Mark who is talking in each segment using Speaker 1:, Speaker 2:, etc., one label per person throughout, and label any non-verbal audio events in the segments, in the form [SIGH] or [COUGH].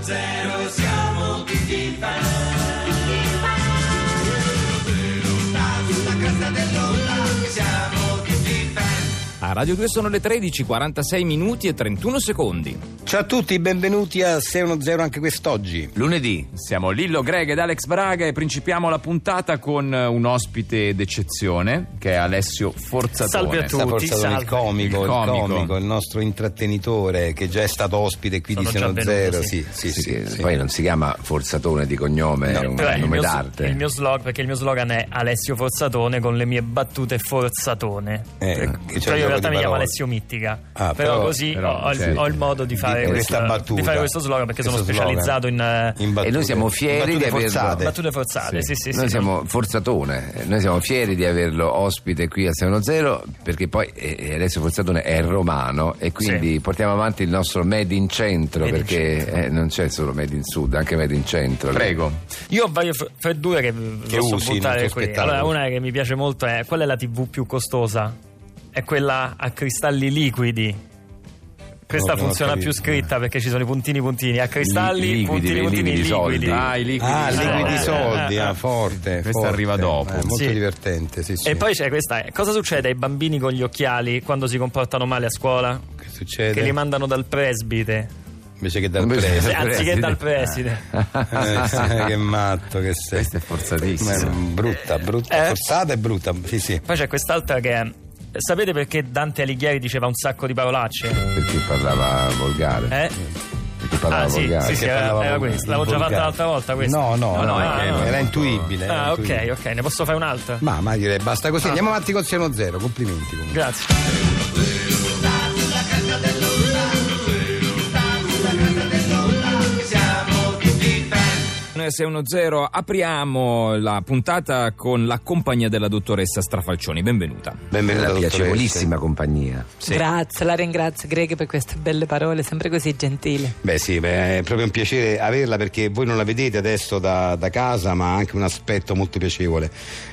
Speaker 1: zero siamo tutti fan. Zero sta sulla cresta dell'onda, siamo tutti fan.
Speaker 2: A Radio 2 sono le 13, 46 minuti e 31 secondi.
Speaker 3: Ciao a tutti, benvenuti a 610 anche quest'oggi.
Speaker 2: Lunedì siamo Lillo Greg ed Alex Braga e principiamo la puntata con eh, un ospite d'eccezione che è Alessio Forzatore.
Speaker 4: Salve a tutti.
Speaker 3: Sta forzato
Speaker 4: salve.
Speaker 3: il comico,
Speaker 2: Il
Speaker 3: il
Speaker 2: comico.
Speaker 3: comico, il nostro intrattenitore che già è stato ospite qui
Speaker 4: Sono
Speaker 3: di
Speaker 4: già
Speaker 3: Seno
Speaker 4: venuto,
Speaker 3: Zero.
Speaker 4: sì.
Speaker 3: Sì, sì, sì,
Speaker 5: che
Speaker 3: sì.
Speaker 5: Poi non si chiama Forzatone di cognome, è un
Speaker 4: Però il
Speaker 5: nome
Speaker 4: mio,
Speaker 5: d'arte.
Speaker 4: il mio slogan, perché il mio slogan è Alessio Forzatone con le mie battute Forzatone.
Speaker 3: Eh, che c'è
Speaker 4: Cioè
Speaker 3: un
Speaker 4: io
Speaker 3: gioco
Speaker 4: in realtà
Speaker 3: di
Speaker 4: mi chiamo
Speaker 3: parole.
Speaker 4: Alessio Mittica.
Speaker 3: Ah,
Speaker 4: però,
Speaker 3: però-
Speaker 4: così
Speaker 2: però,
Speaker 4: ho, ho il-
Speaker 2: sì.
Speaker 4: ho il modo di fare,
Speaker 3: Di
Speaker 4: questo,
Speaker 3: questa battuta.
Speaker 4: di fare questo slogan perché sono
Speaker 3: Questo slogan.
Speaker 4: specializzato in, eh,
Speaker 3: In battute.
Speaker 5: noi siamo fieri
Speaker 3: Battute
Speaker 5: di averlo.
Speaker 3: forzate.
Speaker 4: battute forzate. Sì, sì, sì.
Speaker 5: noi siamo Forzatone, eh, noi siamo fieri di averlo ospite qui a 610 perché poi eh, Alessio Forzatone è romano e quindi portiamo avanti il nostro Made in Centro
Speaker 4: Made in
Speaker 5: perché eh, non c'è solo Made in Sud, anche Made in Centro.
Speaker 2: Prego.
Speaker 4: Io ho varie fr- freddure che,
Speaker 3: Che
Speaker 4: posso
Speaker 3: usi nel
Speaker 4: buttare
Speaker 3: tuo
Speaker 4: qui.
Speaker 3: spettacolo.
Speaker 4: Allora, una che mi piace molto è qual è la TV più costosa? È quella a cristalli liquidi. Questa
Speaker 3: No, non ho
Speaker 4: funziona più
Speaker 3: capito.
Speaker 4: scritta perché ci sono i puntini puntini a cristalli,
Speaker 5: liquidi,
Speaker 4: puntini
Speaker 5: dei
Speaker 4: puntini
Speaker 5: liquidi, soldi.
Speaker 4: liquidi.
Speaker 2: Ah, i liquidi.
Speaker 3: Ah,
Speaker 4: Eh,
Speaker 3: liquidi
Speaker 4: eh,
Speaker 3: soldi,
Speaker 4: eh,
Speaker 3: ah,
Speaker 4: eh.
Speaker 3: forte.
Speaker 2: Questa
Speaker 3: forte.
Speaker 2: arriva dopo.
Speaker 3: Eh, molto
Speaker 4: Sì.
Speaker 3: divertente, sì, sì.
Speaker 4: E poi c'è questa, eh. cosa succede ai bambini con gli occhiali quando si comportano male a scuola?
Speaker 3: che
Speaker 4: Che li
Speaker 3: succede?
Speaker 4: mandano dal presbite,
Speaker 3: Invece che dal
Speaker 5: Invece-
Speaker 4: Eh,
Speaker 3: preso.
Speaker 4: anziché
Speaker 5: presbite.
Speaker 4: dal preside.
Speaker 3: Eh, [LAUGHS] che matto che sei.
Speaker 5: Questa è forzatissima.
Speaker 3: Ma è brutta, brutta,
Speaker 4: Eh.
Speaker 3: forzata e brutta, sì, sì.
Speaker 4: Poi c'è quest'altra che è, sapete perché Dante Alighieri diceva un sacco di parolacce?
Speaker 5: Perché parlava volgare.
Speaker 4: Eh?
Speaker 5: Perché parlava
Speaker 4: Ah, sì,
Speaker 5: volgare.
Speaker 4: sì, sì,
Speaker 3: Che
Speaker 4: era,
Speaker 3: parlavamo
Speaker 4: era questa. L'avevo già
Speaker 3: volgare.
Speaker 4: fatta l'altra volta questa.
Speaker 3: No, no, no,
Speaker 4: ah,
Speaker 3: era,
Speaker 4: no.
Speaker 3: era intuibile. era
Speaker 4: Ah, ok, Ah.
Speaker 3: intuibile.
Speaker 4: ok, ne posso fare un'altra?
Speaker 3: Ma, ma direi basta così. Andiamo avanti con Siano Zero. Complimenti comunque.
Speaker 4: Grazie.
Speaker 1: Siamo tutti fan.
Speaker 2: Noi 610 apriamo la puntata con la compagnia della dottoressa Strafalcioni. Benvenuta.
Speaker 5: Una
Speaker 3: Benvenuta
Speaker 5: piacevolissima compagnia.
Speaker 6: Grazie, la ringrazio Greg per queste belle parole, sempre così gentili.
Speaker 3: Beh sì, beh, è proprio un piacere averla perché voi non la vedete adesso da, da casa, ma ha anche un aspetto molto piacevole.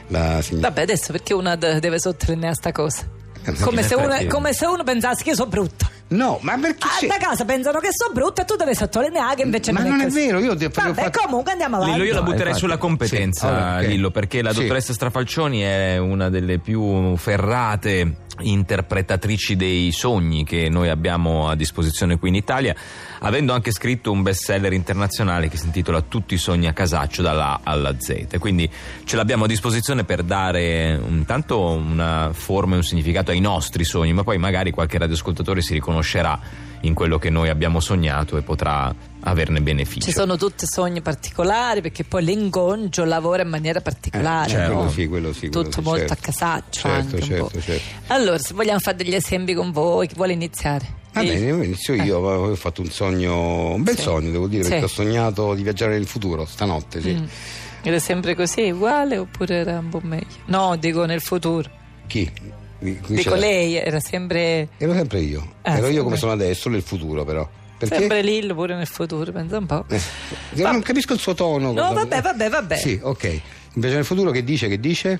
Speaker 3: La signora.
Speaker 6: Vabbè, adesso perché uno de- deve sottolineare sta cosa?
Speaker 3: Eh,
Speaker 6: Come
Speaker 3: sì,
Speaker 6: se, uno,
Speaker 3: perché?
Speaker 6: come se uno pensasse che io sono brutta.
Speaker 3: No, ma perché
Speaker 6: Ah,
Speaker 3: c'è-
Speaker 6: da casa pensano che sono brutta e tu devi sottolineare che invece
Speaker 3: Ma non è
Speaker 6: così.
Speaker 3: vero, io ti ho proprio
Speaker 6: Vabbè,
Speaker 3: fatto-
Speaker 6: comunque andiamo avanti.
Speaker 2: Lillo, io la
Speaker 5: No,
Speaker 2: butterei
Speaker 5: infatti.
Speaker 2: sulla competenza,
Speaker 3: Sì, allora, ok.
Speaker 2: Lillo, perché la
Speaker 3: Sì.
Speaker 2: dottoressa Strafalcioni è una delle più ferrate interpretatrici dei sogni che noi abbiamo a disposizione qui in Italia, avendo anche scritto un bestseller internazionale che si intitola Tutti i sogni a casaccio dalla A alla Z. Quindi ce l'abbiamo a disposizione per dare intanto una forma e un significato ai nostri sogni, ma poi magari qualche radioascoltatore si riconoscerà in quello che noi abbiamo sognato e potrà averne beneficio.
Speaker 6: Ci sono tutti sogni particolari perché poi l'ingongio lavora in maniera particolare.
Speaker 3: certo.
Speaker 6: no?
Speaker 3: Quello sì, quello sì, quello sì,
Speaker 6: Tutto molto
Speaker 3: certo.
Speaker 6: a casaccio
Speaker 3: Certo,
Speaker 6: anche un
Speaker 3: certo,
Speaker 6: po'.
Speaker 3: certo.
Speaker 6: Allora, se vogliamo fare degli esempi con voi, chi vuole iniziare?
Speaker 3: Va
Speaker 6: Sì.
Speaker 3: bene, inizio io, ho fatto un sogno, un bel
Speaker 6: eh. Sì.
Speaker 3: sogno devo dire,
Speaker 6: Sì.
Speaker 3: perché ho sognato di viaggiare nel futuro stanotte, sì.
Speaker 6: Mm. Era sempre così, uguale oppure era un po' meglio? No, dico nel futuro.
Speaker 3: Chi? Chi
Speaker 6: Dico
Speaker 3: c'era?
Speaker 6: lei era sempre,
Speaker 3: Ero sempre io,
Speaker 6: Ah,
Speaker 3: ero
Speaker 6: sempre.
Speaker 3: io come sono adesso nel futuro però. Perché?
Speaker 6: sempre lì, pure nel futuro, pensa un po'.
Speaker 3: Eh, io non capisco il suo tono.
Speaker 6: No,
Speaker 3: Guarda-
Speaker 6: vabbè, vabbè, vabbè.
Speaker 3: Sì, ok. Il viaggio nel futuro che dice? Che dice?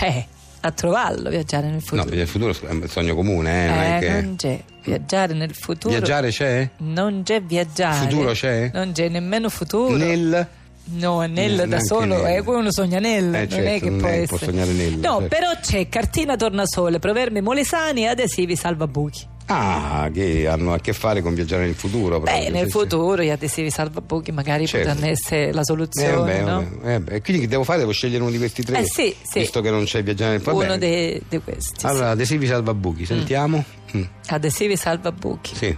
Speaker 6: Eh, a trovarlo, viaggiare nel
Speaker 3: No,
Speaker 6: futuro.
Speaker 3: viaggio nel futuro è un sogno comune, eh, non è
Speaker 6: eh,
Speaker 3: che...
Speaker 6: non c'è. Viaggiare nel futuro.
Speaker 3: Viaggiare c'è?
Speaker 6: Non c'è viaggiare.
Speaker 3: Futuro c'è?
Speaker 6: Non c'è nemmeno futuro.
Speaker 3: Nel...
Speaker 6: No,
Speaker 3: Mm,
Speaker 6: nel da
Speaker 3: neanche
Speaker 6: solo,
Speaker 3: nel.
Speaker 6: è come uno sogna nel,
Speaker 3: Eh,
Speaker 6: non è
Speaker 3: certo,
Speaker 6: che
Speaker 3: non
Speaker 6: può
Speaker 3: è che
Speaker 6: essere.
Speaker 3: può sognare nel,
Speaker 6: no,
Speaker 3: certo.
Speaker 6: però c'è cartina tornasole, proverbi molesani e adesivi salvabuchi.
Speaker 3: Ah, che hanno a che fare con viaggiare nel futuro. proprio,
Speaker 6: Beh, nel
Speaker 3: sì,
Speaker 6: futuro gli adesivi salvabuchi magari
Speaker 3: Certo.
Speaker 6: potranno essere la
Speaker 3: sì. Eh,
Speaker 6: soluzione,
Speaker 3: vabbè,
Speaker 6: no?
Speaker 3: vabbè, eh, beh, quindi che devo fare? Devo scegliere uno di questi tre?
Speaker 6: Eh, sì, sì.
Speaker 3: Visto che non c'è viaggiare nel futuro.
Speaker 6: Uno de- di questi.
Speaker 3: Allora, adesivi salvabuchi, sentiamo. Mm,
Speaker 6: sì. Adesivi salvabuchi.
Speaker 3: Sì.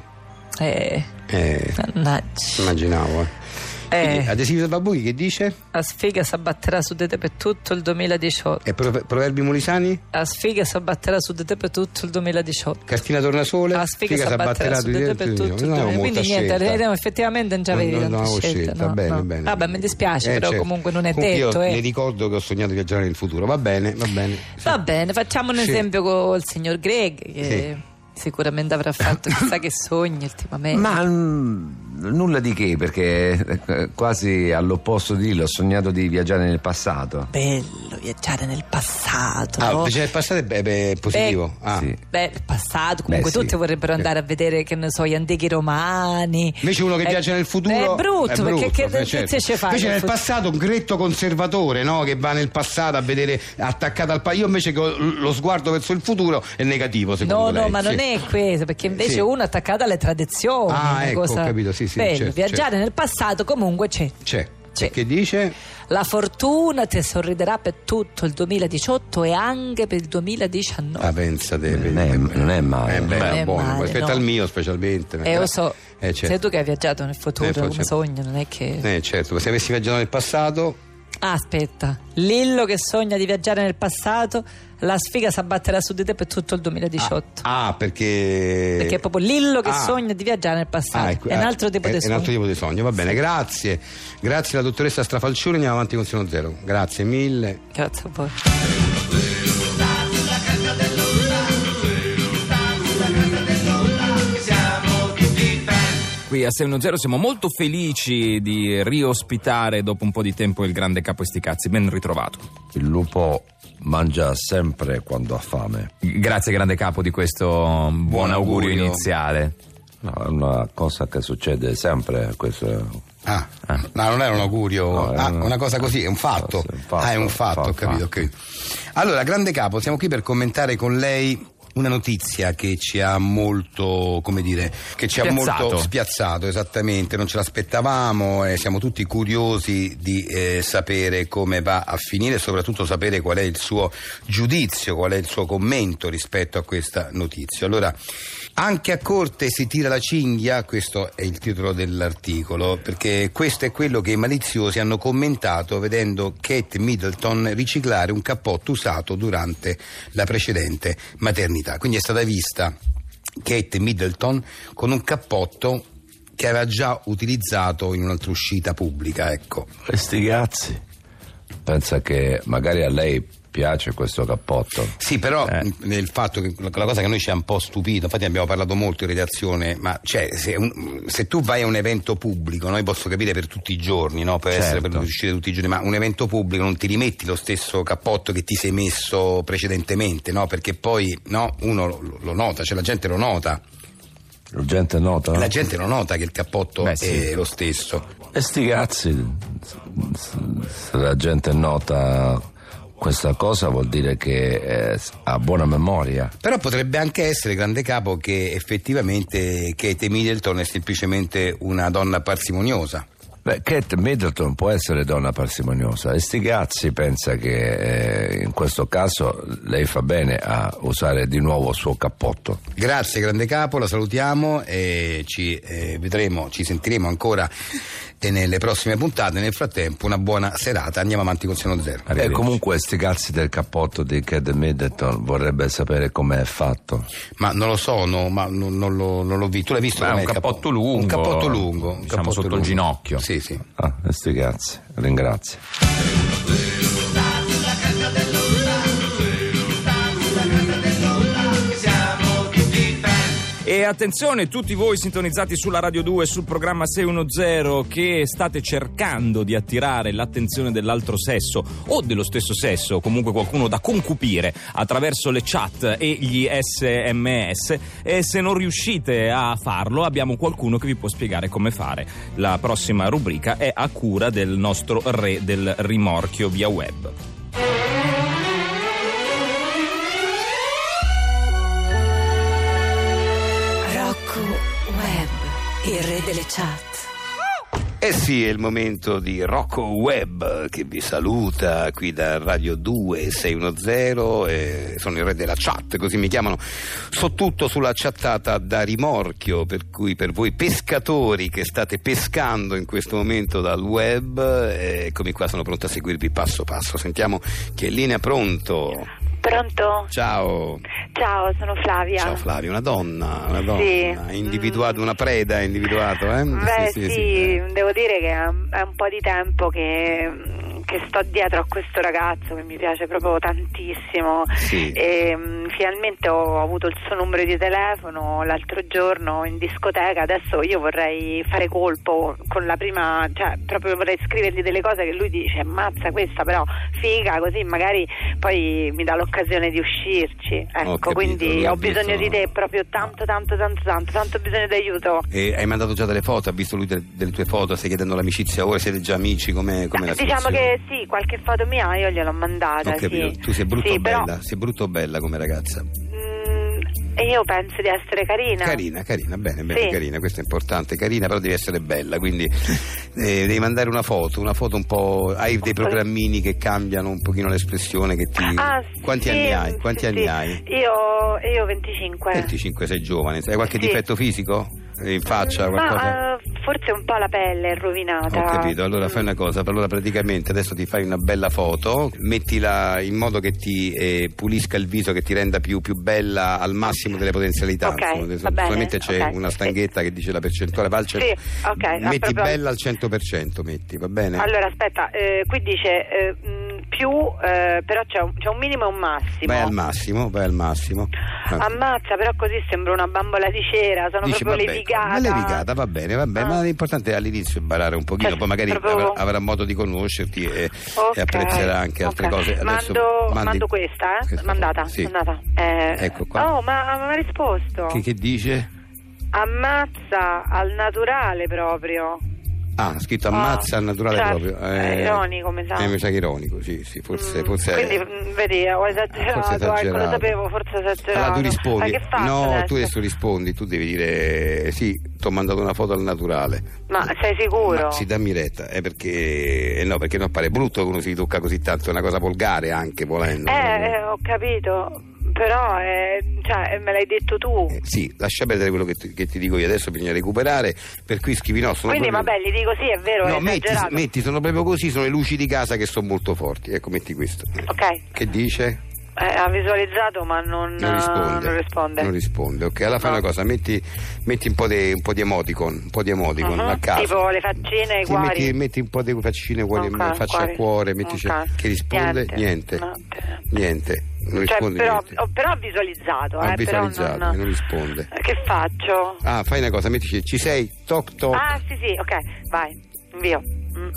Speaker 6: Eh,
Speaker 3: Eh,
Speaker 6: mannaggia.
Speaker 3: immaginavo. Eh. Quindi,
Speaker 6: Eh,
Speaker 3: adesivi salvabuchi che dice?
Speaker 6: la sfiga si abbatterà su di te per tutto il 2018.
Speaker 3: E pro- proverbi molisani?
Speaker 6: La sfiga si abbatterà su di te per tutto il 2018.
Speaker 3: Cartina tornasole?
Speaker 6: La sfiga si abbatterà su di te per tutto il
Speaker 3: Non avevo
Speaker 6: 2018. Quindi
Speaker 3: molta
Speaker 6: niente,
Speaker 3: scelta.
Speaker 6: eh, effettivamente non ci avevi
Speaker 3: Non- non
Speaker 6: tanta
Speaker 3: avevo
Speaker 6: scelta. no,
Speaker 3: bene,
Speaker 6: no.
Speaker 3: bene.
Speaker 6: Vabbè, mi dispiace,
Speaker 3: Eh,
Speaker 6: però
Speaker 3: certo.
Speaker 6: comunque non è
Speaker 3: Comunque
Speaker 6: detto.
Speaker 3: Io
Speaker 6: eh.
Speaker 3: mi ricordo che ho sognato di viaggiare nel futuro. Va bene, va bene.
Speaker 6: Va bene, facciamo un
Speaker 3: Sì.
Speaker 6: esempio col
Speaker 3: [COUGHS]
Speaker 6: signor
Speaker 5: Eh.
Speaker 6: Greg che sicuramente avrà fatto chissà che sogni ultimamente.
Speaker 5: Ma mm, nulla di che, perché eh, quasi all'opposto di lì ho sognato di viaggiare nel passato.
Speaker 6: Bello viaggiare nel passato.
Speaker 3: Ah, cioè il passato è, be- be- è positivo.
Speaker 6: Oh. Eh,
Speaker 3: Ah.
Speaker 5: Sì.
Speaker 6: Beh, il passato, comunque
Speaker 5: Beh, sì.
Speaker 6: tutti vorrebbero andare a vedere, che ne so, gli antichi romani.
Speaker 3: Invece uno che
Speaker 6: Eh,
Speaker 3: viaggia nel futuro
Speaker 6: È brutto, perché che
Speaker 3: beh,
Speaker 6: notizie
Speaker 3: certo.
Speaker 6: ci fai?
Speaker 3: Invece
Speaker 6: nel
Speaker 3: nel
Speaker 6: futuro?
Speaker 3: passato un gretto conservatore no? che va nel passato a vedere attaccato al paese. Io invece che ho- lo sguardo verso il futuro è negativo secondo
Speaker 6: No,
Speaker 3: lei.
Speaker 6: no, ma
Speaker 3: Sì.
Speaker 6: non è questo, perché invece
Speaker 3: Sì.
Speaker 6: uno è attaccato alle tradizioni.
Speaker 3: Ah,
Speaker 6: una
Speaker 3: ecco, ho
Speaker 6: cosa-
Speaker 3: capito, sì, sì,
Speaker 6: Bello,
Speaker 3: certo,
Speaker 6: viaggiare
Speaker 3: certo.
Speaker 6: nel passato comunque c'è.
Speaker 3: C'è.
Speaker 6: C'è.
Speaker 3: Che dice?
Speaker 6: La fortuna ti sorriderà per tutto il 2018 e anche per il 2019.
Speaker 3: Ah, pensate, eh,
Speaker 5: Non è- non è male.
Speaker 3: È
Speaker 6: Non è
Speaker 3: buono.
Speaker 6: male,
Speaker 3: Aspetta
Speaker 6: no.
Speaker 3: al mio, specialmente.
Speaker 6: e lo so,
Speaker 3: Eh, certo.
Speaker 6: sei tu che hai viaggiato nel futuro
Speaker 3: Eh,
Speaker 6: come
Speaker 3: certo.
Speaker 6: sogno, non è che...
Speaker 3: Eh, certo, ma se avessi viaggiato nel passato,
Speaker 6: Ah, aspetta, Lillo che sogna di viaggiare nel passato, la sfiga si abbatterà su di te per tutto il 2018.
Speaker 3: ah, perché.
Speaker 6: Perché è proprio Lillo che
Speaker 3: Ah.
Speaker 6: sogna di viaggiare nel passato.
Speaker 3: Ah, ecco,
Speaker 6: è un
Speaker 3: ah,
Speaker 6: altro tipo
Speaker 3: è-
Speaker 6: di
Speaker 3: è un altro
Speaker 6: sogno.
Speaker 3: tipo di sogno. Va bene, grazie. Grazie alla dottoressa Strafalcione, andiamo avanti con Sino Zero. Grazie mille.
Speaker 6: Grazie a voi.
Speaker 2: Qui a 610 siamo molto felici di riospitare dopo un po' di tempo il grande capo Esticazzi, ben ritrovato.
Speaker 7: Il lupo mangia sempre quando ha fame.
Speaker 2: Grazie grande capo di questo buon, augurio,
Speaker 3: augurio.
Speaker 2: iniziale.
Speaker 7: No, è una cosa che succede sempre. Questo è
Speaker 3: Ah, no, non era un augurio,
Speaker 7: No, era
Speaker 3: ah,
Speaker 7: un-
Speaker 3: una cosa così, è un fatto.
Speaker 7: Sì, un fatto,
Speaker 3: ah, è un fatto,
Speaker 7: fatto,
Speaker 3: ho capito, ok. Allora, grande capo, siamo qui per commentare con lei una notizia che ci ha molto, come dire, che ci ha
Speaker 2: Spiazzato.
Speaker 3: molto spiazzato, esattamente, non ce l'aspettavamo e siamo tutti curiosi di eh, sapere come va a finire e soprattutto sapere qual è il suo giudizio, qual è il suo commento rispetto a questa notizia. Allora, anche a corte si tira la cinghia, questo è il titolo dell'articolo, perché questo è quello che i maliziosi hanno commentato vedendo Kate Middleton riciclare un cappotto usato durante la precedente maternità. Quindi è stata vista Kate Middleton con un cappotto che aveva già utilizzato in un'altra uscita pubblica, ecco.
Speaker 7: Questi cazzi. Pensa che magari a lei piace questo cappotto.
Speaker 3: Sì, però
Speaker 2: Eh.
Speaker 3: mh, nel fatto che la la cosa che a noi ci ha un po' stupito, infatti abbiamo parlato molto in redazione, ma cioè, se, un- se tu vai a un evento pubblico, noi posso capire per tutti i giorni, no? per essere
Speaker 2: Certo.
Speaker 3: per uscire tutti i giorni, ma un evento pubblico non ti rimetti lo stesso cappotto che ti sei messo precedentemente, no? Perché poi no, uno lo, lo nota, cioè la gente lo nota.
Speaker 7: La gente nota?
Speaker 3: La gente lo nota che il cappotto
Speaker 2: Oh. Beh,
Speaker 3: è
Speaker 2: sì.
Speaker 3: lo stesso.
Speaker 7: E sti cazzi. Se la gente nota questa cosa vuol dire che eh, ha buona memoria.
Speaker 3: Però potrebbe anche essere, grande capo, che effettivamente Kate Middleton è semplicemente una donna parsimoniosa.
Speaker 7: Beh, Kate Middleton può essere donna parsimoniosa e sti cazzi pensa che eh, in questo caso lei fa bene a usare di nuovo il suo cappotto.
Speaker 3: Grazie grande capo, la salutiamo e ci eh, vedremo, ci sentiremo ancora eh, nelle prossime puntate. Nel frattempo una buona serata, andiamo avanti con Seno Zero.
Speaker 7: E comunque sti cazzi del cappotto di Kate Middleton vorrebbe sapere com'è fatto.
Speaker 3: Ma non lo so, no, ma non, non lo, non l'ho visto. Tu l'hai visto?
Speaker 2: Beh,
Speaker 3: com'è
Speaker 2: un
Speaker 3: il
Speaker 2: cappotto lungo,
Speaker 3: Un cappotto lungo. un
Speaker 2: diciamo
Speaker 3: cappotto
Speaker 2: sotto il
Speaker 3: lungo.
Speaker 2: ginocchio.
Speaker 3: Sì, sì.
Speaker 7: Ah, e sti cazzi, ringrazio.
Speaker 2: E attenzione tutti voi sintonizzati sulla Radio 2 sul programma 610 che state cercando di attirare l'attenzione dell'altro sesso o dello stesso sesso, comunque qualcuno da concupire attraverso le chat e gli SMS e se non riuscite a farlo abbiamo qualcuno che vi può spiegare come fare. La prossima rubrica è a cura del nostro re del rimorchio via web.
Speaker 6: Rocco Web, il re delle chat.
Speaker 3: Eh sì, è il momento di Rocco Web che vi saluta qui da Radio 2610, eh, sono il re della chat, così mi chiamano. So tutto sulla chattata da rimorchio, per cui per voi pescatori che state pescando in questo momento dal web, eh, eccomi qua, sono pronto a seguirvi passo passo. Sentiamo chi è in linea pronto.
Speaker 8: Pronto?
Speaker 3: Ciao.
Speaker 8: Ciao, sono Flavia.
Speaker 3: Ciao Flavio, una donna, una donna,
Speaker 8: ah. Sì.
Speaker 3: ha individuato, una preda ha individuato, eh?
Speaker 8: Beh, sì, devo dire che è un, è un po' di tempo che mm, che sto dietro a questo ragazzo che mi piace proprio tantissimo
Speaker 9: Sì.
Speaker 8: e mm, finalmente ho avuto il suo numero di telefono l'altro giorno in discoteca adesso io vorrei fare colpo con la prima cioè proprio vorrei scrivergli delle cose che lui dice ammazza questa però figa così magari poi mi dà l'occasione di uscirci ecco
Speaker 9: capito,
Speaker 8: quindi
Speaker 9: lui ha
Speaker 8: ho bisogno
Speaker 9: visto-
Speaker 8: di te proprio tanto tanto tanto tanto tanto bisogno d'aiuto
Speaker 3: E hai mandato già delle foto, ha visto lui delle, delle tue foto, stai chiedendo l'amicizia ora, siete già amici, come la
Speaker 8: diciamo
Speaker 3: situazione?
Speaker 8: che sì, qualche foto mia io gliel'ho mandata.
Speaker 3: Ho capito,
Speaker 8: sì.
Speaker 3: tu sei brutta
Speaker 8: Sì,
Speaker 3: o bella?
Speaker 8: Però,
Speaker 3: Sei brutta o bella come ragazza?
Speaker 8: mm, e io penso di essere carina.
Speaker 3: Carina, carina, bene, bene,
Speaker 8: Sì.
Speaker 3: carina, questo è importante, carina, però devi essere bella, quindi [LAUGHS] eh, devi mandare una foto, una foto un po'. hai dei programmini che cambiano un pochino l'espressione che ti.
Speaker 8: Ah,
Speaker 3: Mm. Quanti
Speaker 8: sì,
Speaker 3: anni hai? Quanti
Speaker 8: sì,
Speaker 3: anni
Speaker 8: sì.
Speaker 3: hai?
Speaker 8: Io, io 25.
Speaker 3: 25, sei giovane, hai qualche
Speaker 8: Sì.
Speaker 3: difetto fisico? In faccia,
Speaker 8: Ma,
Speaker 3: qualcosa?
Speaker 8: eh, forse un po' la pelle è rovinata.
Speaker 3: Ho capito, allora fai una cosa, allora praticamente adesso ti fai una bella foto, mettila in modo che ti eh, pulisca il viso, che ti renda più, più bella al massimo delle potenzialità.
Speaker 8: Ok,
Speaker 3: Insomma,
Speaker 8: va
Speaker 3: adesso-
Speaker 8: bene,
Speaker 3: solamente c'è
Speaker 8: ok.
Speaker 3: una stanghetta che dice la percentuale, va al cen-
Speaker 8: Sì, ok, a
Speaker 3: metti
Speaker 8: proposito-
Speaker 3: bella al 100%, metti, va bene?
Speaker 8: Mm. Allora, aspetta, eh, qui dice eh, mm, più, eh, però c'è un, c'è un minimo e un massimo.
Speaker 3: vai al massimo, vai al massimo. Ah.
Speaker 8: Ammazza, però così sembra una bambola di cera, sono
Speaker 3: Dici,
Speaker 8: proprio
Speaker 3: vabbè,
Speaker 8: levigata.
Speaker 3: ma levigata, va bene, va bene,
Speaker 8: Ah.
Speaker 3: ma l'importante è all'inizio imparare un pochino,
Speaker 8: Cioè,
Speaker 3: poi magari
Speaker 8: proprio-
Speaker 3: avrà, avrà modo di conoscerti e, e
Speaker 8: Ok,
Speaker 3: apprezzerà anche altre
Speaker 8: ok.
Speaker 3: cose. Adesso
Speaker 8: mando,
Speaker 3: mandi-
Speaker 8: mando questa, eh?
Speaker 3: Questa
Speaker 8: mandata.
Speaker 3: foto, sì.
Speaker 8: mandata. Eh,
Speaker 3: Ecco qua.
Speaker 8: Oh, ma ma mi ha risposto.
Speaker 3: Che, che dice?
Speaker 8: Ammazza al naturale proprio.
Speaker 3: Ah, ha scritto ammazza al naturale
Speaker 8: Cioè,
Speaker 3: proprio.
Speaker 8: è ironico, mi sa.
Speaker 3: Eh, mi sa che ironico, sì, sì, forse...
Speaker 8: Mm,
Speaker 3: forse
Speaker 8: Quindi, mm, vedi, ho esagerato,
Speaker 3: forse
Speaker 8: ecco, lo
Speaker 3: esagerato.
Speaker 8: sapevo, forse ho esagerato.
Speaker 3: Allora tu rispondi,
Speaker 8: Ma che faccio
Speaker 3: no,
Speaker 8: adesso?
Speaker 3: tu adesso rispondi, tu devi dire eh, sì, ti ho mandato una foto al naturale.
Speaker 8: Ma sei sicuro?
Speaker 3: Ma sì, dammi retta, eh, perché eh, no, perché non pare brutto che uno si tocca così tanto, è una cosa volgare anche volendo.
Speaker 8: Eh, eh, ho capito, però eh, cioè, eh, me l'hai detto tu.
Speaker 3: Eh, sì, lascia perdere quello che ti, che ti dico io adesso, bisogna recuperare, per cui scrivi no, sono
Speaker 8: Quindi,
Speaker 3: proprio-
Speaker 8: vabbè, gli dico sì, è vero,
Speaker 3: No,
Speaker 8: è
Speaker 3: metti,
Speaker 8: esagerato.
Speaker 3: metti, sono proprio così, sono le luci di casa che sono molto forti, ecco, metti questo.
Speaker 8: Ok,
Speaker 3: Che dice?
Speaker 8: eh, ha visualizzato, ma non,
Speaker 3: Non
Speaker 8: eh,
Speaker 3: risponde.
Speaker 8: non risponde.
Speaker 3: Non risponde. Ok, allora fai
Speaker 8: No.
Speaker 3: una cosa, metti, metti un, po di, un po' di emoticon, un po' di emoticon
Speaker 8: Mhm,
Speaker 3: a caso.
Speaker 8: tipo le faccine, i
Speaker 3: Sì,
Speaker 8: cuori.
Speaker 3: Metti, metti un po' di faccine, cuori,
Speaker 8: Ok,
Speaker 3: faccia a
Speaker 8: cuori.
Speaker 3: cuore, metti c'è-
Speaker 8: Ok.
Speaker 3: che risponde niente.
Speaker 8: Niente, no, niente.
Speaker 3: Niente, non
Speaker 8: Cioè,
Speaker 3: risponde
Speaker 8: però,
Speaker 3: niente.
Speaker 8: ho- però ho visualizzato,
Speaker 3: Ha
Speaker 8: eh, però
Speaker 3: visualizzato,
Speaker 8: non, Eh,
Speaker 3: non risponde.
Speaker 8: Che faccio?
Speaker 3: Ah, fai una cosa, mettici ci sei, toc toc,
Speaker 8: Ah, sì, sì, ok, vai, invio. Mm.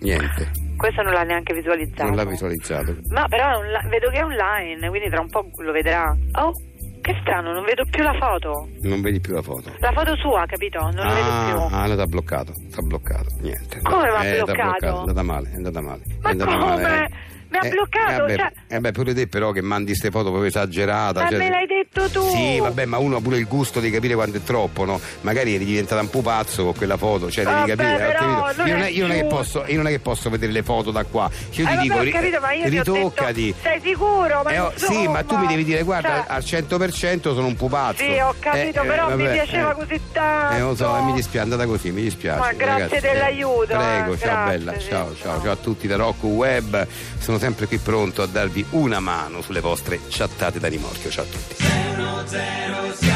Speaker 3: niente.
Speaker 8: Questo non l'ha neanche visualizzato.
Speaker 3: Non l'ha visualizzato.
Speaker 8: Ma però è onla- vedo che è online, quindi tra un po' lo vedrà. Oh, che strano, non vedo più la foto.
Speaker 3: Non vedi più la foto.
Speaker 8: La foto sua, capito? Non la vedo
Speaker 3: ah,
Speaker 8: più.
Speaker 3: ah, no, t'ha bloccato, t'ha bloccato, niente.
Speaker 8: Come m'ha
Speaker 3: Eh, t'ha
Speaker 8: bloccato?
Speaker 3: È andata male, è andata male. è
Speaker 8: Ma
Speaker 3: andata
Speaker 8: come?
Speaker 3: male, eh.
Speaker 8: Mi ha
Speaker 3: Eh,
Speaker 8: bloccato,
Speaker 3: eh, vabbè,
Speaker 8: cioè-
Speaker 3: eh, beh, pure te però che mandi ste foto proprio esagerata.
Speaker 8: Ma
Speaker 3: cioè-
Speaker 8: me l'hai detto tu!
Speaker 3: Sì, vabbè, ma uno ha pure il gusto di capire quando è troppo, no? Magari eri diventata un pupazzo con quella foto, cioè
Speaker 8: Vabbè,
Speaker 3: devi capire.
Speaker 8: però,
Speaker 3: ho capito?
Speaker 8: non
Speaker 3: io, non è,
Speaker 8: è
Speaker 3: io non è che
Speaker 8: giusto.
Speaker 3: posso, io non è che posso vedere le foto da qua. Io
Speaker 8: Eh,
Speaker 3: ti
Speaker 8: vabbè,
Speaker 3: dico,
Speaker 8: ho
Speaker 3: ri-
Speaker 8: capito, ma io ti ho
Speaker 3: ritoccati.
Speaker 8: detto, sei sicuro? Ma
Speaker 3: Eh, oh, sì, ma tu
Speaker 8: insomma,
Speaker 3: mi devi dire, guarda,
Speaker 8: cioè-
Speaker 3: al 100% sono un pupazzo.
Speaker 8: Sì, ho capito, però mi piaceva così tanto.
Speaker 3: Eh, lo so, eh, mi dispiace, è andata così, mi dispiace.
Speaker 8: Ma grazie
Speaker 3: ragazzi, eh,
Speaker 8: dell'aiuto, eh,
Speaker 3: Prego, ciao
Speaker 8: grazie,
Speaker 3: bella,
Speaker 8: sì,
Speaker 3: ciao, ciao,
Speaker 8: ciao.
Speaker 3: ciao a tutti da Rocco Web. Sono sempre qui pronto a darvi una mano sulle vostre chattate da rimorchio. Ciao a tutti.
Speaker 10: Zero, zero, siamo